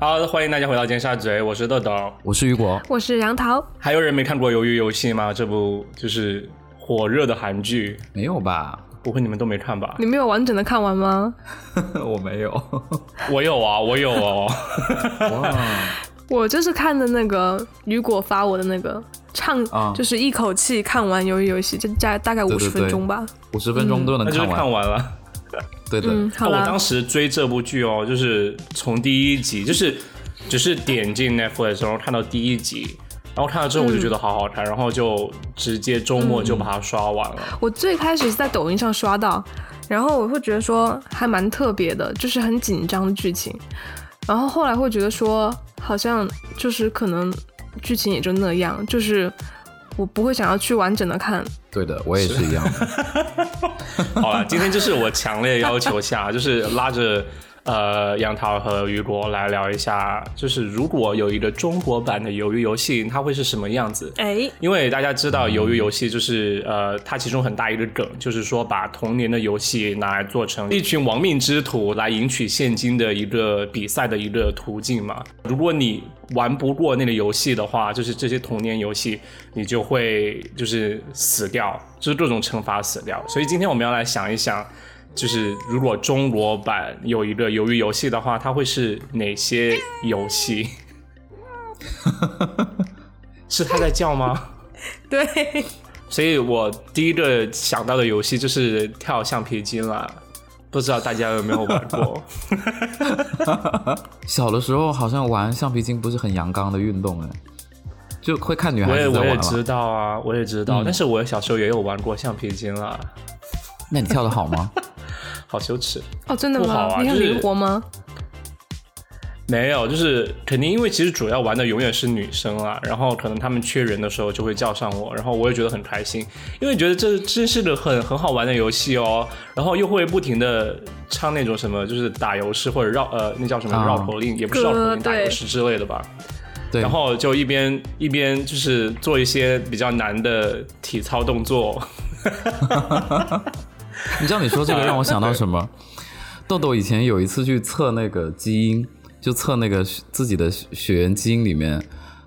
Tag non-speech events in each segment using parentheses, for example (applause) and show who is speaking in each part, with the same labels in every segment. Speaker 1: 好的，欢迎大家回到尖沙咀，我是豆豆。
Speaker 2: 我是雨果，
Speaker 3: 我是杨桃，
Speaker 1: 还有人没看过《鱿鱼游戏》吗？这部就是火热的韩剧，
Speaker 2: 没有吧？
Speaker 1: (laughs) 不会你们都没看
Speaker 3: (laughs)
Speaker 1: 吧？
Speaker 3: 你没有完整的看完吗？
Speaker 2: 我没有。
Speaker 1: 我有啊，我有哦。
Speaker 2: 哇，
Speaker 3: 我就是看的那个雨果发我的那个唱，
Speaker 2: 啊
Speaker 3: 就是一口气看完《鱿鱼游戏》，就大大概
Speaker 2: 对对
Speaker 3: 五十分钟吧。
Speaker 2: 五十分钟都能
Speaker 1: 嗯那就是
Speaker 2: 看完。
Speaker 1: 看完了。
Speaker 2: 对的，
Speaker 3: 嗯，好
Speaker 1: 我
Speaker 3: 啦
Speaker 1: 当，时追这部剧哦，就是从第一集，就是只是点进 Netflix 然后看到第一集，然后看到之后我就觉得好好看，然后就直接周末就把它刷完了。
Speaker 3: 我最开始是在抖音上刷到，然后我会觉得说还蛮特别的，就是很紧张的剧情。然后后来会觉得说，好像就是可能剧情也就那样，就是我不会想要去完整的看。
Speaker 2: 对的，我也是一样的。
Speaker 1: (laughs) 好了，今天就是我强烈要求下，就是拉着呃杨桃和雨果来聊一下，就是如果有一个中国版的鱿鱼游戏，它会是什么样子？
Speaker 3: 哎，
Speaker 1: 因为大家知道，鱿鱼游戏就是呃，它其中很大一个梗，就是说把童年的游戏拿来做成一群亡命之徒来赢取现金的一个比赛的一个途径嘛。如果你玩不过那个游戏的话，就是这些童年游戏，你就会就是死掉，就是各种惩罚死掉。所以今天我们要来想一想。就是如果中国版有一个鱿鱼游戏的话，它会是哪些游戏？ (laughs) 是它在叫吗？
Speaker 3: 对，
Speaker 1: 所以我第一个想到的游戏就是跳橡皮筋了，不知道大家有没有玩
Speaker 2: (laughs)
Speaker 1: 过？
Speaker 2: 小的时候好像玩橡皮筋不是很阳刚的运动哎，就会看女
Speaker 1: 我
Speaker 2: 孩
Speaker 1: 也
Speaker 2: 子在
Speaker 1: 我
Speaker 2: 玩
Speaker 1: 也
Speaker 2: 了。
Speaker 1: 知道啊，我也知道，
Speaker 2: 嗯
Speaker 1: 但是我小时候也有玩过橡皮筋了，
Speaker 2: 那你跳的好
Speaker 1: (laughs)
Speaker 2: 吗？
Speaker 1: 好羞耻。
Speaker 3: 哦，真的
Speaker 1: 不好
Speaker 3: 吗？
Speaker 1: 啊
Speaker 3: 你很
Speaker 1: 就是
Speaker 3: 灵活吗？
Speaker 1: 没有，就是肯定，因为其实主要玩的永远是女生啦，然后可能他们缺人的时候就会叫上我，然后我也觉得很开心，因为觉得这真是个很很好玩的游戏哦，然后又会不停的唱那种什么，就是打油诗或者绕呃那叫什么
Speaker 2: 啊
Speaker 1: 绕口令，也不是绕口
Speaker 3: 歌
Speaker 1: 令，打油
Speaker 3: 对
Speaker 1: 诗之类的吧。
Speaker 2: 对，
Speaker 1: 然后就一边一边就是做一些比较难的体操动作。
Speaker 2: 你知道你说这个让我想到什么？豆豆以前有一次去测那个基因，就测那个血自己的血血缘基因里面，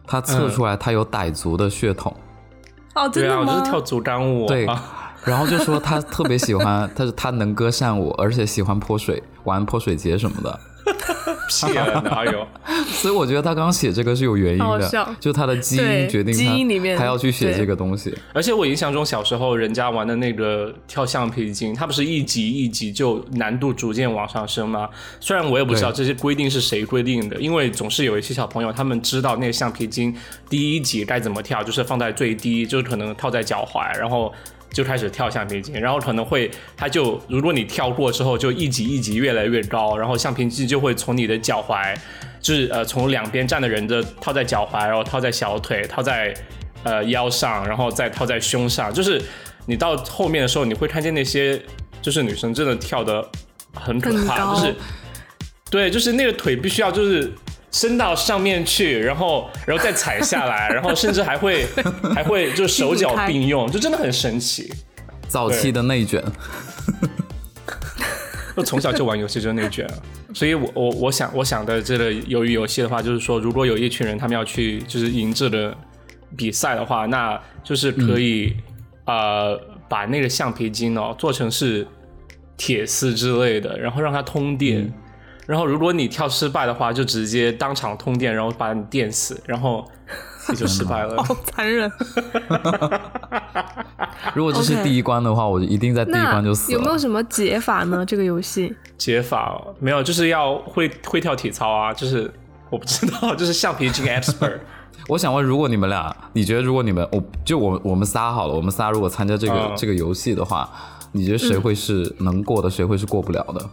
Speaker 2: 他
Speaker 1: 嗯
Speaker 2: 测出来他有傣族的血统，
Speaker 3: 哦，
Speaker 1: (laughs)
Speaker 3: 真
Speaker 1: 对
Speaker 3: 的
Speaker 1: 啊，
Speaker 3: 吗？
Speaker 1: 我就是跳竹竿舞。
Speaker 2: 对
Speaker 1: 啊，
Speaker 2: 然后就说他特别喜欢，他说他能歌善舞，而且喜欢泼水，玩泼水节什么的。
Speaker 1: 屁啊，哪有？
Speaker 2: 所以我觉得他刚刚写这个是有原因
Speaker 3: 好好
Speaker 2: 的
Speaker 3: 笑，
Speaker 2: 就他的基因
Speaker 3: 对
Speaker 2: 决定他
Speaker 3: 基因里面
Speaker 2: 他要去写
Speaker 3: 对
Speaker 2: 这个东西。
Speaker 1: 而且我印象中小时候人家玩的那个跳橡皮筋，它不是一级一级就难度逐渐往上升吗？虽然我也不知道
Speaker 2: 对
Speaker 1: 这些规定是谁规定的，因为总是有一些小朋友他们知道那个橡皮筋第一级该怎么跳，就是放在最低，就是可能套在脚踝，然后。就开始跳橡皮筋，然后可能会，它就如果你跳过之后，就一级一级越来越高，然后橡皮筋就会从你的脚踝，就是呃从两边站的人的套在脚踝，然后套在小腿，套在呃腰上，然后再套在胸上，就是你到后面的时候，你会看见那些就是女生真的跳的很可
Speaker 3: 很
Speaker 1: 怕，
Speaker 3: 高
Speaker 1: 就是对，就是那个腿必须要就是伸到上面去，然后然后再踩下来，然后甚至还会还会就手脚并用，就真的很神奇。
Speaker 2: 早期的内卷，
Speaker 1: 就从小就玩游戏就内卷，所以我我我想我想的这个鱿鱼游戏的话，就是说如果有一群人他们要去就是赢这个比赛的话，那就是可以、呃把那个橡皮筋哦做成是铁丝之类的，然后让它通电。然后，如果你跳失败的话，就直接当场通电，然后把你电死，然后你就失败了。
Speaker 3: 好残忍。
Speaker 2: 如果这是
Speaker 3: OK
Speaker 2: 第一关的话，我一定在第一
Speaker 3: 那
Speaker 2: 关就死
Speaker 3: 有没有
Speaker 2: 了。
Speaker 3: 什么解法 (laughs) 呢？这个游戏
Speaker 1: (laughs) 解法哦没有，就是要会会跳体操啊，就是我不知道，就是橡皮筋 expert。
Speaker 2: 我想问，如果你们俩，你觉得如果你们，我就我我们仨好了，我们仨如果参加这个
Speaker 1: 嗯
Speaker 2: 这个游戏的话，你觉得
Speaker 3: 嗯
Speaker 2: 谁会是能过的，谁会是过不了的？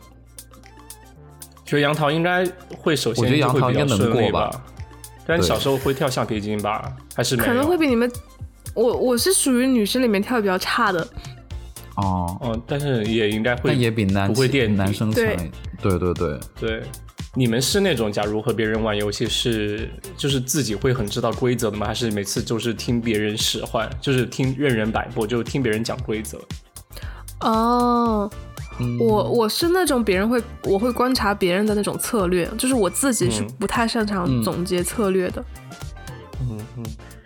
Speaker 1: 觉得杨桃应该会首先
Speaker 2: 我觉得
Speaker 1: 就
Speaker 2: 杨
Speaker 1: 会
Speaker 2: 桃
Speaker 1: 比较
Speaker 2: 应该能
Speaker 1: 顺利
Speaker 2: 过吧
Speaker 1: 吧。但
Speaker 2: 对
Speaker 1: 小时候会跳橡皮筋吧，还是没有？
Speaker 3: 可能会比你们，我我是属于女生里面跳的比较差的，
Speaker 2: 哦，
Speaker 1: 哦，但是也应该会。
Speaker 2: 但也比男
Speaker 1: 不会垫底
Speaker 2: 男生强
Speaker 3: 对
Speaker 2: 一。对对对，
Speaker 1: 对，你们是那种假如和别人玩游戏是就是自己会很知道规则的吗？还是每次就是听别人使唤，就是听任人摆布，就听别人讲规则？
Speaker 3: 哦，我我是那种别人会，我会观察别人的那种策略，就是我自己是不太擅长总结策略的。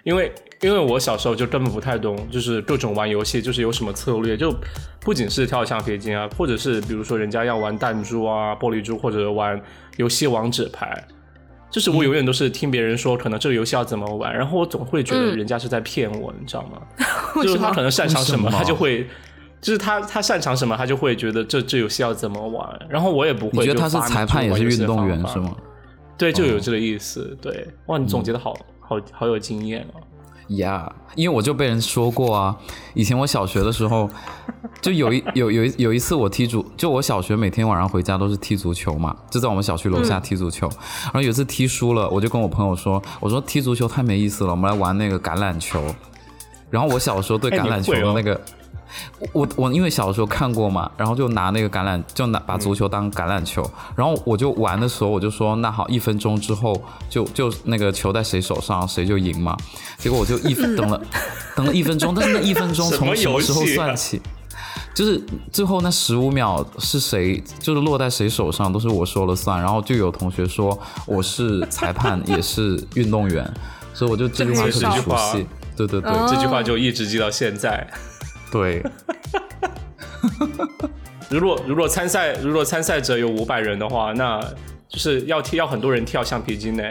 Speaker 1: 因为因为我小时候就根本不太懂，就是各种玩游戏，就是有什么策略，就不仅是跳橡皮筋啊，或者是比如说人家要玩弹珠啊、玻璃珠，或者玩游戏王纸牌，就是
Speaker 3: 嗯
Speaker 1: 我永远都是听别人说可能这个游戏要怎么玩，然后我总会觉得人家是在骗我，你知道吗？
Speaker 3: 嗯 (laughs) 为
Speaker 1: 就
Speaker 3: 什
Speaker 1: 是他
Speaker 3: 么
Speaker 1: 可能擅长什么，
Speaker 2: 为什么
Speaker 1: 他就会。就是他，他擅长什么，他就会觉得这这游戏要怎么玩。然后我也不
Speaker 2: 你
Speaker 1: 会
Speaker 2: 觉
Speaker 1: 就
Speaker 2: 得
Speaker 1: 发明
Speaker 2: 他
Speaker 1: 出
Speaker 2: 是
Speaker 1: 玩游戏的方法。
Speaker 2: 裁判也是运动员是吗嗯
Speaker 1: 对，就有这个意思。对，哇，你总结的好、好好有经验哦。
Speaker 2: 呀因为我就被人说过啊，以前我小学的时候，就有
Speaker 1: (laughs)
Speaker 2: 一有有一有一次我踢足，就我小学每天晚上回家都是踢足球嘛，就在我们小区楼下
Speaker 1: 嗯
Speaker 2: 踢足球。然后有一次踢输了，我就跟我朋友说，我说踢足球太没意思了，我们来玩那个橄榄球。然后我小时候对
Speaker 1: 哎
Speaker 2: 橄
Speaker 1: 你
Speaker 2: 榄球
Speaker 1: 会哦
Speaker 2: 的那个，我我因为小时候看过嘛，然后就拿那个橄榄，就拿把足球当橄榄球，然后我就玩的时候我就说，那好，一分钟之后就就那个球在谁手上谁就赢嘛。结果我就一分等
Speaker 3: 嗯
Speaker 2: 了等了一分钟，但是那一分钟
Speaker 1: 什么
Speaker 2: 从什么时候
Speaker 1: 游戏啊
Speaker 2: 算起？就是最后那十五秒是谁，就是落在谁手上都是我说了算。然后就有同学说我是裁判，也是运动员，所以我就这句话
Speaker 3: 这
Speaker 2: 特
Speaker 3: 个
Speaker 1: 也
Speaker 2: 别
Speaker 1: 是
Speaker 2: 熟悉。对对对，
Speaker 3: 哦
Speaker 1: 这句话就一直记到现在。
Speaker 2: 对，
Speaker 1: 如果如果参赛如果参赛者有五百人的话，那就是要跳要很多人跳橡皮筋呢。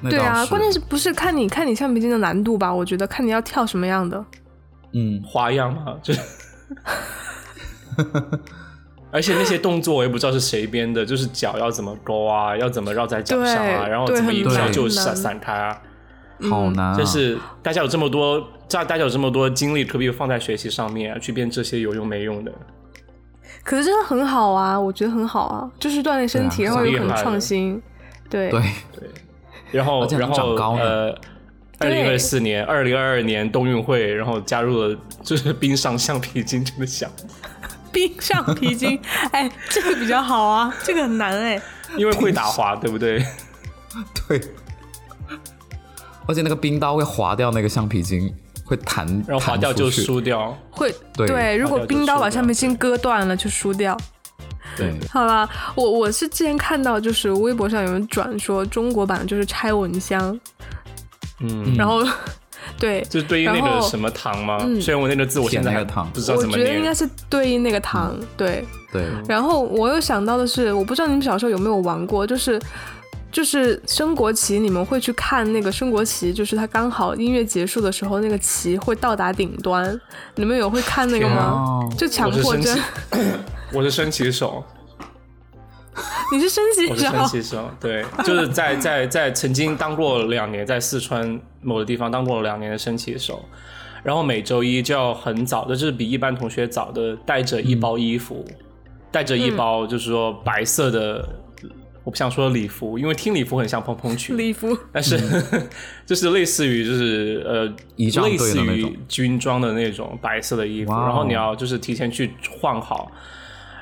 Speaker 2: 那
Speaker 3: 对
Speaker 2: 倒
Speaker 3: 啊，
Speaker 2: 是
Speaker 3: 关键是不是看你看你橡皮筋的难度吧？我觉得看你要跳什么样的。
Speaker 2: 嗯，
Speaker 1: 花样嘛，就是。而且那些动作我也不知道是谁编的，就是脚要怎么勾啊，要怎么绕在脚上啊，
Speaker 3: 对
Speaker 1: 然后怎么一
Speaker 2: 对
Speaker 1: 跳
Speaker 2: 很
Speaker 1: 就
Speaker 3: 难
Speaker 1: 闪闪开啊。
Speaker 3: 嗯
Speaker 2: 好难啊。
Speaker 1: 就是大家有这么多，大大家有这么多精力，可不可以放在学习上面、啊、去编这些有用没用的？
Speaker 3: 可是真的很好啊，我觉得很好啊，就是锻炼身体，
Speaker 2: 对啊
Speaker 3: 然后
Speaker 1: 是
Speaker 3: 又
Speaker 1: 厉
Speaker 3: 很
Speaker 1: 害的
Speaker 3: 创新。对，
Speaker 2: 对，
Speaker 1: 然后
Speaker 2: 而且
Speaker 1: 然
Speaker 2: 哦能长
Speaker 1: 后
Speaker 2: 高呢
Speaker 1: 呃，二零二
Speaker 3: 对
Speaker 1: 四年、二零二二年冬运会，然后加入了就是 (laughs) 冰上橡皮筋这个项目，
Speaker 3: (laughs) 冰上皮 (laughs) 筋，哎，这个比较好啊，这个很难哎。
Speaker 1: 因为会打滑，
Speaker 2: (laughs)
Speaker 1: 对不对？
Speaker 2: 对，而且那个冰刀会划掉那个橡皮筋，会弹，
Speaker 1: 然后滑掉
Speaker 2: 弹出
Speaker 1: 就
Speaker 2: 去。
Speaker 1: 输掉。
Speaker 3: 会
Speaker 2: 对
Speaker 3: 如果
Speaker 1: 那就
Speaker 3: 冰刀
Speaker 1: 输
Speaker 3: 把
Speaker 1: 掉
Speaker 3: 橡皮筋割断了就输掉。
Speaker 2: 对，
Speaker 3: 好啦，我我是之前看到就是微博上有人转说中国版就是拆蚊香，
Speaker 1: 嗯，
Speaker 3: 然
Speaker 1: (laughs)
Speaker 3: 后对，
Speaker 1: 就是对应那
Speaker 3: 然
Speaker 1: 个
Speaker 3: 后
Speaker 1: 什么糖吗？
Speaker 3: 嗯
Speaker 1: 虽然我那个字我现在
Speaker 2: 舔那
Speaker 1: 还
Speaker 2: 个糖
Speaker 1: 不知道
Speaker 3: 我
Speaker 1: 怎么
Speaker 3: 觉得应该
Speaker 1: 念。嗯
Speaker 3: 是对应那个糖，对。
Speaker 2: 对，
Speaker 3: 然后我又想到的是，我不知道你们小时候有没有玩过，就是。就是升国旗，你们会去看那个升国旗，就是它刚好音乐结束的时候，那个旗会到达顶端。你们有会看那个吗？
Speaker 2: 天啊
Speaker 3: 就强
Speaker 1: 我是
Speaker 3: 迫
Speaker 1: 升
Speaker 3: 症
Speaker 1: 旗，， (coughs) 我是升旗手，
Speaker 3: (laughs) 你是升旗
Speaker 1: 我是
Speaker 3: 手，
Speaker 1: 升旗手，对，就是在在在曾经当过两年，在四川某个地方当过两年的升旗手，然后每周一就要很早，就是比一般同学早的，带着一包衣服，带着一包就是说白色的，我不想说礼服，因为听礼服很像蓬蓬裙，
Speaker 3: 礼服。
Speaker 1: 但是、 (laughs) 就是类似于就是呃，
Speaker 2: 嗯仪仗队
Speaker 1: 类
Speaker 2: 的
Speaker 1: 似
Speaker 2: 那种
Speaker 1: 于军装的那种白色的衣服，
Speaker 2: 哇哦
Speaker 1: 然后你要就是提前去换好，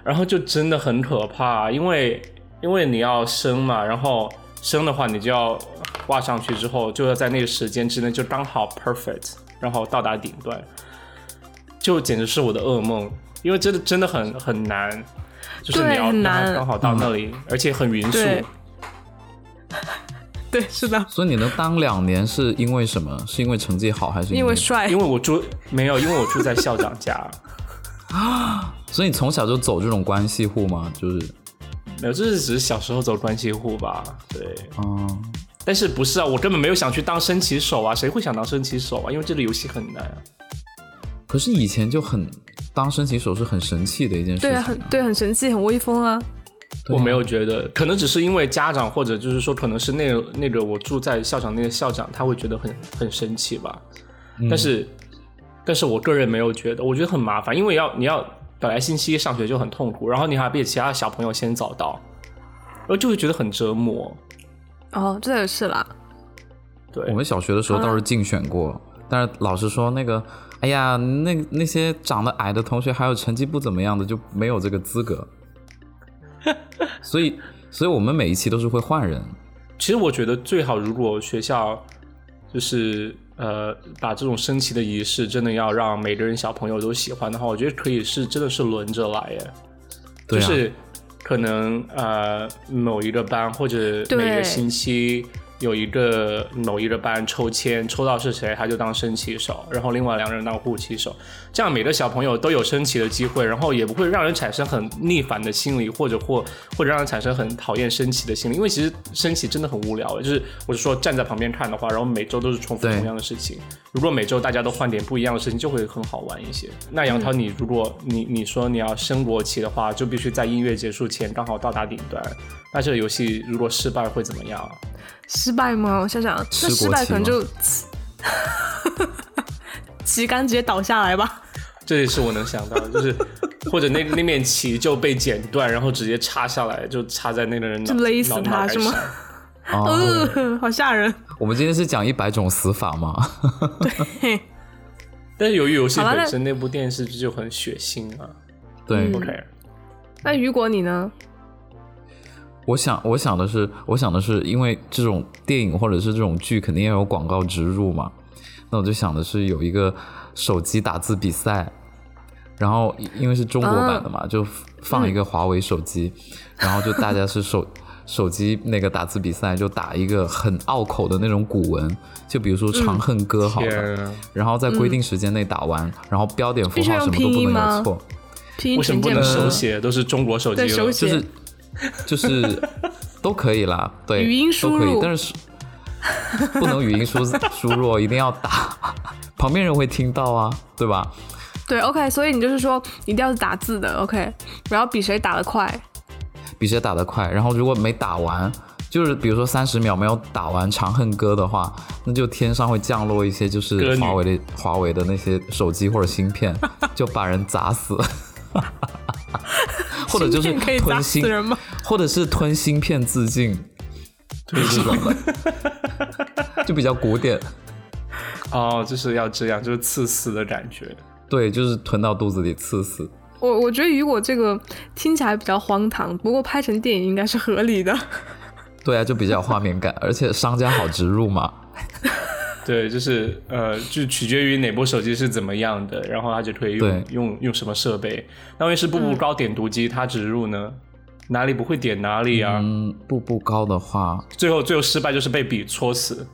Speaker 1: 然后就真的很可怕，因为因为你要升嘛，然后升的话你就要挂上去之后，就要在那个时间之内就刚好 perfect，然后到达顶端，就简直是我的噩梦，因为真的真的很很难。就是你
Speaker 3: 对
Speaker 1: 要
Speaker 3: 很难
Speaker 1: 刚好到那里，
Speaker 2: 嗯
Speaker 1: 而且很匀速，
Speaker 3: 对， (laughs) 对，是的，
Speaker 2: 所以你能当两年是因为什么？是因为成绩好还是
Speaker 3: 因为
Speaker 2: 为？
Speaker 3: 帅
Speaker 1: 因为我住没有，因为我住在校长
Speaker 2: (laughs)
Speaker 1: 家，
Speaker 2: 所以你从小就走这种关系户吗？就是，
Speaker 1: 没有，这是只是小时候走关系户吧？对，
Speaker 2: 嗯，
Speaker 1: 但是不是啊？我根本没有想去当升旗手啊，谁会想当升旗手啊？因为这个游戏很难啊。
Speaker 2: 可是以前就很当升旗手是很神气的一件事情、
Speaker 3: 对啊，很对，很神气，很威风啊。
Speaker 2: 对
Speaker 1: 我
Speaker 2: 啊
Speaker 1: 没有觉得，可能只是因为家长或者就是说，可能是那个那个我住在校长那个校长，他会觉得很很生气吧。
Speaker 2: 嗯
Speaker 1: 但是，但是我个人没有觉得，我觉得很麻烦，因为要你要本来星期一上学就很痛苦，然后你还比其他小朋友先早到，然后就会觉得很折磨。
Speaker 3: 哦，这也是啦，
Speaker 1: 对，
Speaker 2: 我们小学的时候倒是竞选过，但是老师说那个，哎呀，那那些长得矮的同学，还有成绩不怎么样的，就没有这个资
Speaker 3: (laughs)
Speaker 2: 格。所以，所以我们每一期都是会换人。
Speaker 1: 其实我觉得最好，如果学校就是呃，把这种升旗的仪式真的要让每个人小朋友都喜欢的话，我觉得可以是真的是轮着来耶，
Speaker 2: 对啊
Speaker 1: 就是可能呃某一个班或者
Speaker 3: 对
Speaker 1: 每个星期有一个某一个班抽签，抽到是谁他就当升旗手，然后另外两个人当护旗手，这样每个小朋友都有升旗的机会，然后也不会让人产生很逆反的心理，或者或或者让人产生很讨厌升旗的心理，因为其实升旗真的很无聊，就是我是说站在旁边看的话，然后每周都是重复
Speaker 2: 对
Speaker 1: 同样的事情，如果每周大家都换点不一样的事情，就会很好玩一些。那杨涛，你如果你你说你要升国旗的话，就必须在音乐结束前刚好到达顶端。那这个游戏如果失败会怎么样啊？
Speaker 3: 失败吗？我想想，
Speaker 2: 吃
Speaker 3: 那失
Speaker 2: 国
Speaker 3: 败
Speaker 2: 旗
Speaker 3: 可能
Speaker 2: 吗
Speaker 3: 就旗杆直接倒下来吧。
Speaker 1: 这也是我能想到的，就是或者那那面旗就被剪断，然后直接插下来，就插在那个人脑
Speaker 3: 就勒死
Speaker 1: 脑
Speaker 3: 他
Speaker 1: 脑袋
Speaker 3: 是吗
Speaker 1: 上
Speaker 2: 哦，
Speaker 3: 嗯，好吓人。
Speaker 2: 我们今天是讲一百种死法吗？
Speaker 3: 嘿，
Speaker 1: 但是由于游戏
Speaker 3: 好了
Speaker 1: 本
Speaker 3: 那
Speaker 1: 身那部电视剧就很血腥啊。
Speaker 2: 对，
Speaker 3: 嗯
Speaker 1: OK，
Speaker 3: 那雨果你呢？
Speaker 2: 我想，我想的是，我想的是，因为这种电影或者是这种剧，肯定要有广告植入嘛。那我就想的是有一个手机打字比赛，然后因为是中国版的嘛，
Speaker 3: 嗯
Speaker 2: 就放一个华为手机，然后就大家是
Speaker 3: (laughs)
Speaker 2: 手手机那个打字比赛，就打一个很拗口的那种古文，就比如说《长恨
Speaker 3: 嗯
Speaker 2: 歌》好了，
Speaker 1: 天啊，
Speaker 2: 然后在规定时间内打完，然后标点符
Speaker 3: 必须
Speaker 2: 号
Speaker 3: 用
Speaker 2: 什么都
Speaker 3: 拼
Speaker 2: 不
Speaker 3: 音
Speaker 2: 能
Speaker 3: 吗
Speaker 2: 有错。
Speaker 3: 拼音
Speaker 1: 为什么
Speaker 3: 全
Speaker 1: 不
Speaker 3: 键
Speaker 1: 能
Speaker 3: 盘
Speaker 1: 手写？都是中国手机
Speaker 3: 对手
Speaker 1: 了，
Speaker 3: 写
Speaker 2: 就是 (laughs) 就是都可以啦，对，
Speaker 3: 语音输入
Speaker 2: 都可以，但是不能语音输 (laughs) 输入哦，一定要打， (laughs) 旁边人会听到啊，对吧？
Speaker 3: 对，OK，所以你就是说一定要是打字的，OK，然后比谁打得快，
Speaker 2: 比谁打得快，然后如果没打完。就是比如说三十秒没有打完《长恨歌》的话，那就天上会降落一些就
Speaker 1: 歌女
Speaker 2: 是华为的华为的那些手机或者
Speaker 1: (laughs)
Speaker 2: 芯片，就把人砸
Speaker 3: (laughs)
Speaker 2: 死， (laughs) 或者就是
Speaker 3: 芯片可以砸
Speaker 2: 吞
Speaker 3: 死
Speaker 2: 芯，
Speaker 3: 人吗？
Speaker 2: 或者是吞芯片自尽，就是这种的，就比较古典。
Speaker 1: (laughs) 哦，就是要这样，就是刺死的感觉。
Speaker 2: 对，就是吞到肚子里刺死。
Speaker 3: 我我觉得雨果这个听起来比较荒唐，不过拍成电影应该是合理的。
Speaker 2: 对啊，就比较有画面感，而且商家好植入嘛。
Speaker 1: 对，就是呃，就取决于哪部手机是怎么样的，然后它就可以用
Speaker 2: 对
Speaker 1: 用用什么设备。那万一是步
Speaker 3: 嗯
Speaker 1: 步高点读机，它植入呢，哪里不会点哪里啊？
Speaker 2: 嗯，步步高的话，
Speaker 1: 最后最后失败就是被笔戳死。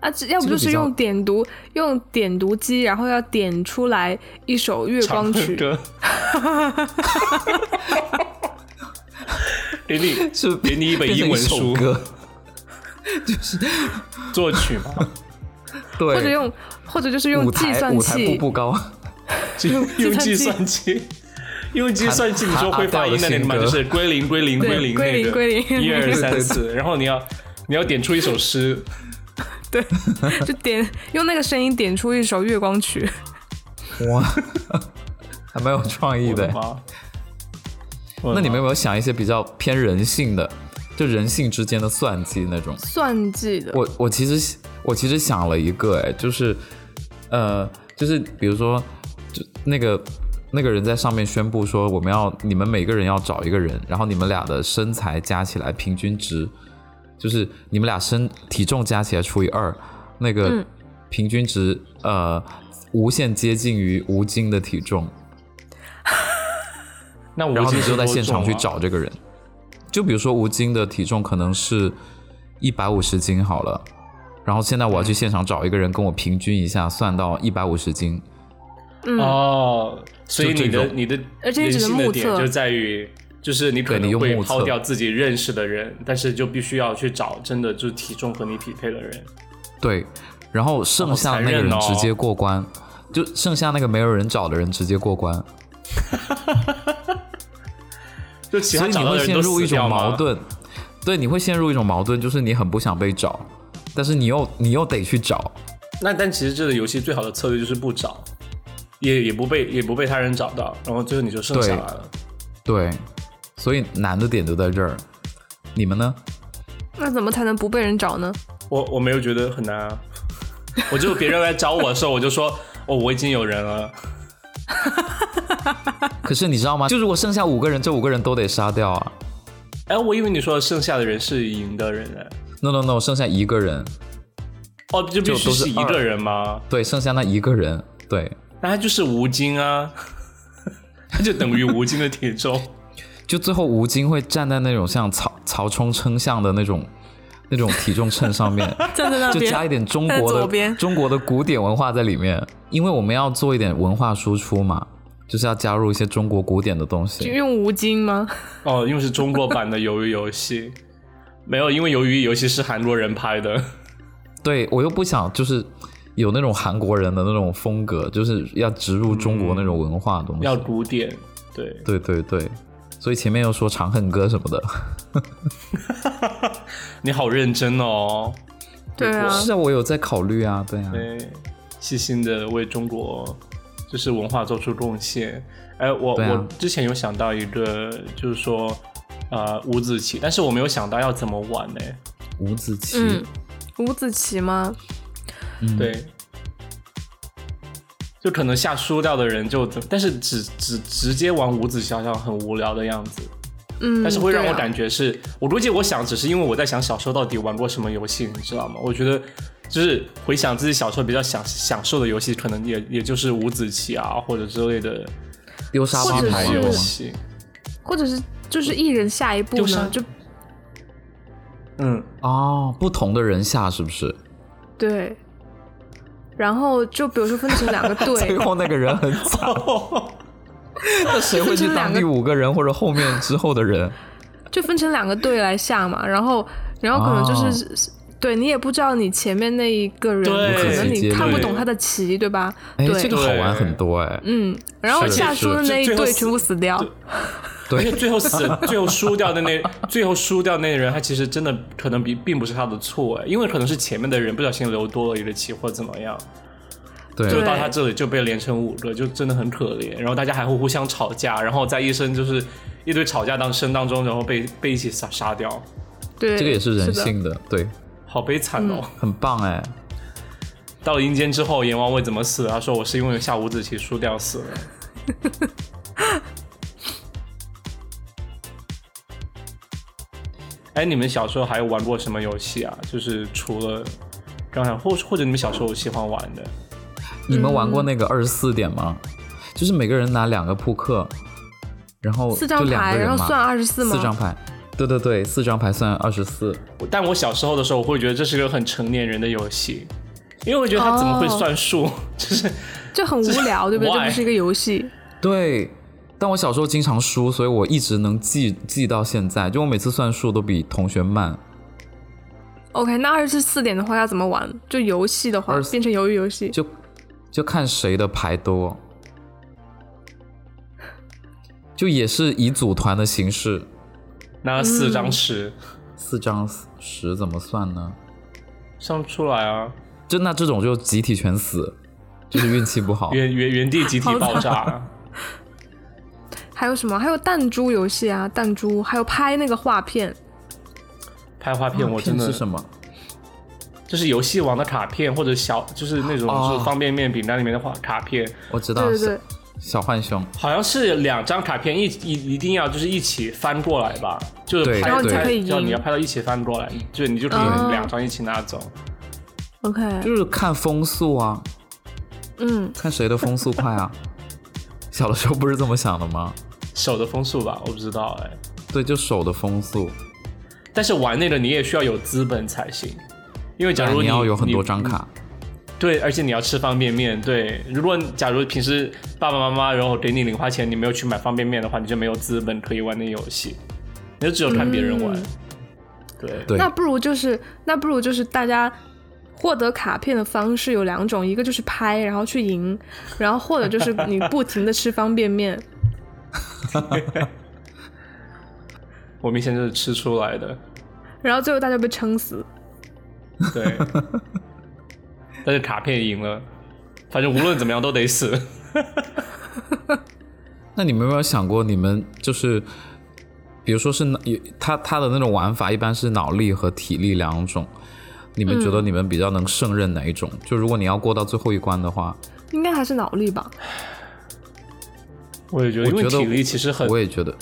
Speaker 3: 啊，这要不
Speaker 2: 这个
Speaker 3: 就
Speaker 2: 比
Speaker 3: 是
Speaker 2: 较
Speaker 3: 用点读，用点读机，然后要点出来一首月光曲， (laughs)
Speaker 1: 歌，给你
Speaker 2: 是
Speaker 1: 给你一本
Speaker 2: 变成
Speaker 1: 英文
Speaker 2: 首
Speaker 1: 书 (laughs)
Speaker 2: 歌。
Speaker 1: 作曲嘛，
Speaker 2: 对，
Speaker 3: 或者用，或者就是用
Speaker 2: 舞
Speaker 3: 计
Speaker 2: 台
Speaker 3: 算
Speaker 2: 舞台步
Speaker 3: 器，
Speaker 2: 步高。
Speaker 1: 就用用计
Speaker 3: 计
Speaker 1: 算
Speaker 3: 算
Speaker 1: 机，用计算机，你
Speaker 2: 弹
Speaker 1: 说会发音的那个嘛，
Speaker 2: 阿黛尔
Speaker 1: 就
Speaker 2: 的新歌
Speaker 1: 是归零归零
Speaker 3: 对
Speaker 1: 归零
Speaker 3: 归
Speaker 1: 那
Speaker 3: 零
Speaker 1: 个，
Speaker 3: 归零
Speaker 1: 一二三
Speaker 2: 对
Speaker 1: 四，然后你要你要点出一首诗，
Speaker 3: 对，就点用那个声音点出一首月光曲。
Speaker 2: 哇，还蛮有创意
Speaker 1: 我
Speaker 2: 的
Speaker 1: 的。妈！
Speaker 2: (laughs) 那你们有没有想一些比较偏人性的，就人性之间的算计那种？
Speaker 3: 算计的，
Speaker 2: 我我其实我其实想了一个，哎，就是呃，就是比如说，就那个那个人在上面宣布说，我们要你们每个人要找一个人，然后你们俩的身材加起来平均值，就是你们俩身体重加起来除以二，那个平均值、呃无限接近于吴京的体重，
Speaker 1: 那我
Speaker 2: 然后你就在现场去，
Speaker 1: 啊
Speaker 2: 找这个人。就比如说吴京的体重可能是一百五十斤好了，然后现在我要去现场找一个人跟我平均一下，算到一百五十斤。
Speaker 3: 嗯
Speaker 1: 哦，所以
Speaker 2: 就
Speaker 1: 你
Speaker 2: 这
Speaker 1: 的
Speaker 2: 种
Speaker 1: 你的
Speaker 3: 而且你
Speaker 1: 人
Speaker 3: 只能
Speaker 1: 性的
Speaker 3: 目
Speaker 1: 点
Speaker 3: 测
Speaker 1: 就在于。就是你可
Speaker 2: 对你
Speaker 1: 能
Speaker 2: 用
Speaker 1: 会
Speaker 2: 目测
Speaker 1: 抛掉自己认识的人，但是就必须要去找真的就是体重和你匹配的人。
Speaker 2: 对，然后剩下的那个人
Speaker 1: 好残忍哦
Speaker 2: 直接过关，就剩下那个没有人找的人直接过关，
Speaker 1: 就其他
Speaker 2: 所以你
Speaker 1: 找到
Speaker 2: 会
Speaker 1: 的人
Speaker 2: 陷
Speaker 1: 都
Speaker 2: 入
Speaker 1: 死
Speaker 2: 一
Speaker 1: 掉
Speaker 2: 种
Speaker 1: 吗
Speaker 2: 矛盾。对，你会陷入一种矛盾，就是你很不想被找，但是你又你又得去找。
Speaker 1: 那但其实这个游戏最好的策略就是不找，也也不被也不被他人找到，然后最后你就剩下来了。
Speaker 2: 对，所以难的点就在这儿。你们呢？
Speaker 3: 那怎么才能不被人找呢？
Speaker 1: 我我没有觉得很难啊， (laughs) 我就别人来找我的时候，我就说哦我已经有人了，
Speaker 2: 可是你知道吗？就如果剩下五个人，这五个人都得杀掉啊。
Speaker 1: 哎我以为你说剩下的人是赢的人哎，
Speaker 2: No No No，剩下一个人，
Speaker 1: 哦，就必须
Speaker 2: 就都是
Speaker 1: 是一
Speaker 2: 二
Speaker 1: 个人吗？
Speaker 2: 对，剩下那一个人，对，
Speaker 1: 那他就是吴京啊， (laughs) 他就等于吴京的体重。
Speaker 2: 就最后吴京会站在那种像曹曹冲称象的那种那种体重秤上面，
Speaker 3: (laughs) 站 (laughs) 在那
Speaker 2: 就
Speaker 3: 边，
Speaker 2: 加一点中
Speaker 3: 在
Speaker 2: 国
Speaker 3: 左
Speaker 2: 的
Speaker 3: 边
Speaker 2: 中国的古典文化在里面，因为我们要做一点文化输出嘛，就是要加入一些中国古典的东
Speaker 3: 就
Speaker 2: 西。
Speaker 3: 用吴京吗？
Speaker 1: 哦，因为是中国版的鱿鱼游戏，没有，因为鱿鱼游戏是韩国人拍的。
Speaker 2: 对我又不想就是有那种韩国人的那种风格，就是要植入中国那种文化的东西。
Speaker 1: 要古典，对，
Speaker 2: 对对对，所以前面又说《长恨歌》什么的，
Speaker 1: 你好认真哦，
Speaker 3: 对啊，
Speaker 2: 是啊，我有在考虑啊，对啊，
Speaker 1: 对，细心的为中国就是文化做出贡献。哎，我、
Speaker 2: 对啊
Speaker 1: 我之前有想到一个，就是说，呃，五子棋，但是我没有想到要怎么玩呢、
Speaker 2: 伍子棋，
Speaker 3: 嗯，伍子棋吗？
Speaker 2: 嗯
Speaker 1: 对，就可能下输掉的人就，但是只只直接玩五子棋好像很无聊的样子。
Speaker 3: 嗯，
Speaker 1: 但是会让
Speaker 3: 对
Speaker 1: 我
Speaker 3: 啊
Speaker 1: 感觉是，我估计我想只是因为我在想小时候到底玩过什么游戏，你知道吗？我觉得就是回想自己小时候比较享享受的游戏，可能也也就是五子棋啊或者之类的
Speaker 2: 丢沙
Speaker 3: 或
Speaker 2: 包
Speaker 3: 者
Speaker 2: 牌
Speaker 3: 是
Speaker 2: 有
Speaker 1: 游
Speaker 2: 吗？
Speaker 3: (laughs)
Speaker 1: 戏。
Speaker 3: 或者是就是一人下一步
Speaker 1: 丢
Speaker 3: 呢
Speaker 1: 上，
Speaker 3: 就
Speaker 1: 嗯，
Speaker 3: (laughs)
Speaker 2: 哦，不同的人下是不是？
Speaker 3: 对，然后就比如说分成两个
Speaker 2: (laughs) 最 (laughs)
Speaker 3: 队，
Speaker 2: 后那个人很惨，那谁会去当第五个人或者后面之后的人？
Speaker 3: 就分成两个队来下嘛，然后然后可能就是。
Speaker 2: 哦
Speaker 3: 对你也不知道你前面那一个人，
Speaker 1: 对
Speaker 3: 可能你看不懂
Speaker 1: 对
Speaker 3: 他的棋，对吧？
Speaker 2: 哎，
Speaker 3: 对
Speaker 2: 这个好玩很多哎，
Speaker 3: 嗯，然后
Speaker 2: 是的
Speaker 3: 下
Speaker 2: 是
Speaker 3: 输
Speaker 2: 的
Speaker 3: 的那一
Speaker 1: 最后
Speaker 3: 队
Speaker 1: 死
Speaker 3: 全部死掉，
Speaker 1: 而且
Speaker 2: 对
Speaker 1: 最后死、最后输掉的那、最后输掉那个人，他其实真的可能比并不是他的错，哎因为可能是前面的人不小心留多了一个棋或者怎么样，就
Speaker 2: 对
Speaker 1: 到他这里就被连成五个，就真的很可怜。然后大家还会互相吵架，然后在一生就是一堆吵架当声当中，然后被被一起杀杀掉，
Speaker 3: 对，
Speaker 2: 这个也是人
Speaker 3: 的
Speaker 2: 性的，对，
Speaker 1: 好悲惨哦。
Speaker 2: 很棒哎，
Speaker 1: 到了阴间之后，阎王问怎么死，他说我是因为下五子棋输掉死了。 (laughs) 哎，你们小时候还有玩过什么游戏啊？就是除了刚才，或或者你们小时候喜欢玩的，
Speaker 2: 你们玩过那个二十四点吗？就是每个人拿两个扑克，然后
Speaker 3: 四张
Speaker 2: 就两
Speaker 3: 牌，
Speaker 2: 个人
Speaker 3: 然
Speaker 2: 嘛
Speaker 3: 后算二十四吗？
Speaker 2: 四张牌，对对对，四张牌算二十四，
Speaker 1: 我但我小时候的时候，我会觉得这是一个很成年人的游戏，因为我觉得他怎么会算数，
Speaker 3: 哦
Speaker 1: (laughs) 就是
Speaker 3: 就很无聊，对不对？这
Speaker 1: Why？
Speaker 3: 不是一个游戏，
Speaker 2: 对。但我小时候经常输，所以我一直能记记到现在。就我每次算数都比同学慢，
Speaker 3: OK，那二十四点的话要怎么玩？就游戏的话
Speaker 2: 24
Speaker 3: 变成鱿鱼游戏，
Speaker 2: 就就看谁的牌多，就也是以组团的形式，
Speaker 1: 拿了四
Speaker 3: 嗯
Speaker 1: 张尺、
Speaker 2: 四张十怎么算呢？
Speaker 1: 算不出来啊，。
Speaker 2: 就那这种就集体全死，就是运气不
Speaker 1: (laughs)
Speaker 2: 好
Speaker 1: 原原原地集体
Speaker 3: 好惨
Speaker 1: 爆炸。
Speaker 3: (laughs) 还有什么？还有弹珠游戏啊，弹珠，还有拍那个画片，
Speaker 1: 拍画片，我真的
Speaker 2: 是什么？
Speaker 1: 就是游戏王的卡片，或者小就是那种
Speaker 2: 哦
Speaker 1: 就是方便面饼干里面的画卡片，
Speaker 2: 我知道，
Speaker 3: 对对对，
Speaker 2: 小小浣熊，
Speaker 1: 好像是两张卡片一一一定要就是一起翻过来吧，就是
Speaker 2: 对
Speaker 1: 拍
Speaker 2: 然后你才
Speaker 1: 拍
Speaker 3: 可以赢
Speaker 1: 要你要拍到一起翻过来，就你就可以
Speaker 2: 哦
Speaker 3: 嗯
Speaker 1: 两张一起拿走。
Speaker 3: ，OK，
Speaker 2: 就是看风速啊，
Speaker 3: 嗯，
Speaker 2: 看谁的风速快啊。小的时候不是这么想的吗？
Speaker 1: 手的风速吧，我不知道哎，
Speaker 2: 对，就手的风速。
Speaker 1: 但是玩那个你也需要有资本才行，因为假如
Speaker 2: 你嗯
Speaker 1: 你
Speaker 2: 要有很多张，卡，
Speaker 1: 你对，而且你要吃方便面，对。如果假如平时爸爸妈妈然后给你零花钱，你没有去买方便面的话，你就没有资本可以玩那游戏，你就只有看别人玩。对，
Speaker 2: 对
Speaker 3: 那不如就是，那不如就是大家获得卡片的方式有两种，一个就是拍，然后去赢，然后或者就是
Speaker 2: (laughs)
Speaker 3: 你不停的吃方便面，
Speaker 1: 我明显就是吃出来的，
Speaker 3: 然后最后大家被撑死。
Speaker 2: (laughs)
Speaker 1: 对。但是卡片赢了，反正无论怎么样都得死。
Speaker 2: 那你们有没有想过，你们就是，比如说是脑有他他的那种玩法，一般是脑力和体力两种，你们觉得你们比较能胜任哪一种？就如果你要过到最后一关的话，
Speaker 3: 应该还是脑力吧，
Speaker 1: 我也觉得，
Speaker 2: (laughs) 我
Speaker 1: 因为
Speaker 2: 觉得
Speaker 1: 体力其实很
Speaker 2: 我也觉得，嗯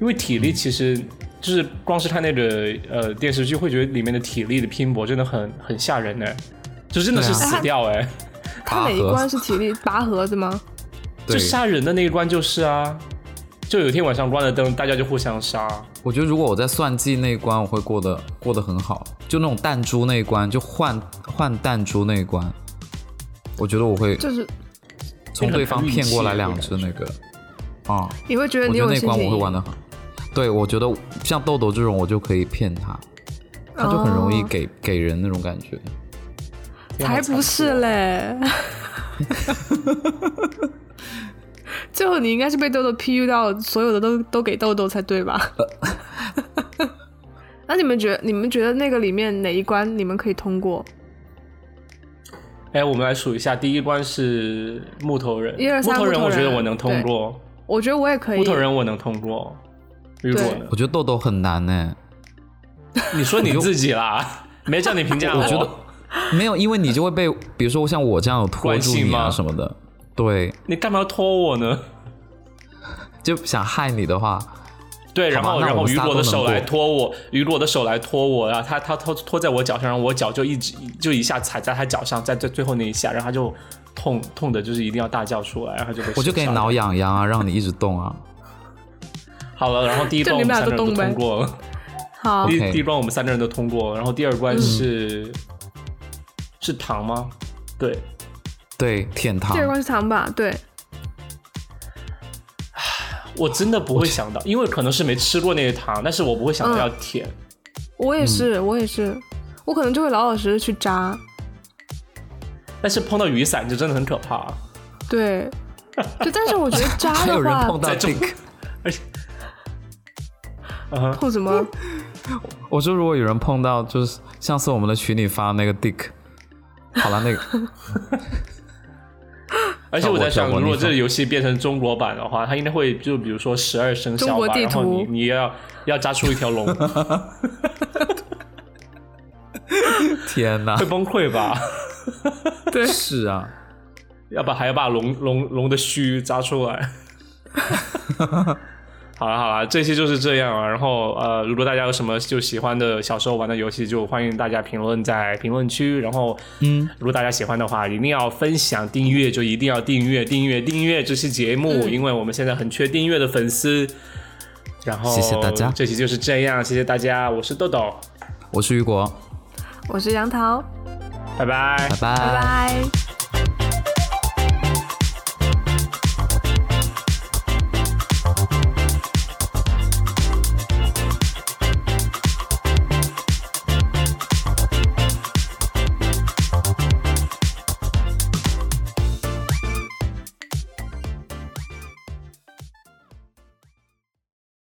Speaker 1: 因为体力其实就是光是看那个呃电视剧，会觉得里面的体力的拼搏真的很很吓人呢、就真的是
Speaker 2: 对啊
Speaker 1: 死掉哎、
Speaker 3: 他哪一
Speaker 2: 拔河
Speaker 3: 关是体力拔河子吗？
Speaker 1: 就
Speaker 2: 对，
Speaker 1: 杀人的那一关就是啊，就有一天晚上关了灯，大家就互相杀。
Speaker 2: 我觉得如果我在算计那一关，我会过得过得很好。就那种弹珠那一关，就换换弹珠那一关，我觉得我会
Speaker 3: 就是
Speaker 2: 从对方骗过来两只那个，啊、
Speaker 3: 你会觉得
Speaker 2: 我
Speaker 3: 你
Speaker 2: 觉得
Speaker 3: 有
Speaker 2: 那
Speaker 3: 心
Speaker 2: 关
Speaker 3: 情
Speaker 2: 我会
Speaker 3: 赢
Speaker 2: 玩的很。对，我觉得像豆豆这种，我就可以骗他，他就很容易
Speaker 3: 哦
Speaker 2: 给、给人那种感觉。
Speaker 1: 天哪
Speaker 3: 才不是！嘞！ (laughs) 最后你应该是被豆豆 PU 到，所有的都都给豆豆才对吧？ (laughs) 那你们觉你们觉得那个里面哪一关你们可以通过？
Speaker 1: 哎，我们来数一下，第一关是木头人，
Speaker 3: 一二三
Speaker 1: 木头人，
Speaker 3: 木头
Speaker 1: 我
Speaker 3: 人
Speaker 1: 觉得我能通过，
Speaker 3: 我觉得我也可以。
Speaker 1: 木头人我能通过。如果呢
Speaker 2: 我觉得豆豆很难呢、
Speaker 1: 你说你自己
Speaker 3: (laughs)
Speaker 1: 啦，没叫你评价
Speaker 2: 我觉得没有，因为你就会被，比如说像我这样有拖
Speaker 1: 惯
Speaker 2: 住
Speaker 1: 性
Speaker 2: 你
Speaker 1: 吗
Speaker 2: 啊什么的，对，
Speaker 1: 你干嘛要拖我呢？
Speaker 2: 就想害你的话，
Speaker 1: 对，然
Speaker 2: 好
Speaker 1: 后
Speaker 2: 吧
Speaker 1: 然
Speaker 2: 那我
Speaker 1: 后
Speaker 2: 们
Speaker 1: 雨
Speaker 2: 仨
Speaker 1: 果
Speaker 2: 都
Speaker 1: 的
Speaker 2: 能
Speaker 1: 手来
Speaker 2: 过
Speaker 1: 拖我，雨果的手来拖我，然后他他拖拖在我脚上，然后我脚就一直就一下踩在他脚上，在最最后那一下，然后他就痛痛的，就是一定要大叫出来，然后就被
Speaker 2: 我就给
Speaker 1: 射
Speaker 2: 你
Speaker 1: 伤
Speaker 2: 挠痒痒啊，让你一直动啊。
Speaker 1: 好了，然后第一关
Speaker 3: 就
Speaker 1: 我
Speaker 3: 你
Speaker 1: 们三
Speaker 3: 们俩
Speaker 1: 个人
Speaker 3: 都
Speaker 1: 都
Speaker 3: 动呗
Speaker 1: 通过了，
Speaker 3: 好嗯
Speaker 1: 第
Speaker 2: OK
Speaker 1: 第一关我们三个人都通过，然后第二关是、是糖吗？对，
Speaker 2: 对，舔糖
Speaker 3: 第，二关是糖吧？对，
Speaker 1: 我真的不会想到，因为可能是没吃过那些糖，但是我不会想到
Speaker 3: 嗯
Speaker 1: 要舔。
Speaker 3: 我也是，我也是，我可能就会老老实实去扎。
Speaker 1: 但是碰到雨伞就真的很可怕，
Speaker 3: 对，就但是我觉得
Speaker 2: (laughs)
Speaker 3: 扎
Speaker 2: 还有
Speaker 3: 的
Speaker 2: 人
Speaker 3: 话，
Speaker 2: 碰到
Speaker 1: 在中
Speaker 2: Dick。
Speaker 1: 而且，嗯、哼
Speaker 3: 碰什么？
Speaker 2: 我说如果有人碰到，就是上次我们的群里发那个 Dick，好了，那个 (laughs)
Speaker 1: 而且我在想，
Speaker 2: 效果效果
Speaker 1: 如果
Speaker 2: 你
Speaker 1: 这
Speaker 2: 说
Speaker 1: 个游戏变成中国版的话，它应该会就比如说十二生肖
Speaker 3: 中国
Speaker 1: 吧，
Speaker 3: 地
Speaker 1: 然后
Speaker 3: 图
Speaker 1: 你你要要扎出一条
Speaker 2: (laughs)
Speaker 1: 龙，会
Speaker 2: 天哪，
Speaker 1: 崩溃吧？
Speaker 3: 对，
Speaker 2: 是啊，
Speaker 1: 要把还要把龙龙龙的须扎出来。 (laughs) 好了好了，这期就是这样啊。然后呃，如果大家有什么就喜欢的小时候玩的游戏，就欢迎大家评论在评论区。然后嗯，如果大家喜欢的话，一定要分享、订阅，就一定要订阅、订阅、订阅这期节目，
Speaker 2: 嗯
Speaker 1: 因为我们现在很缺订阅的粉丝。然后
Speaker 2: 谢谢大家
Speaker 1: 这期就是这样，谢谢大家，我是豆豆，
Speaker 2: 我是雨果，
Speaker 3: 我是杨桃，
Speaker 1: 拜拜
Speaker 2: 拜
Speaker 3: 拜拜。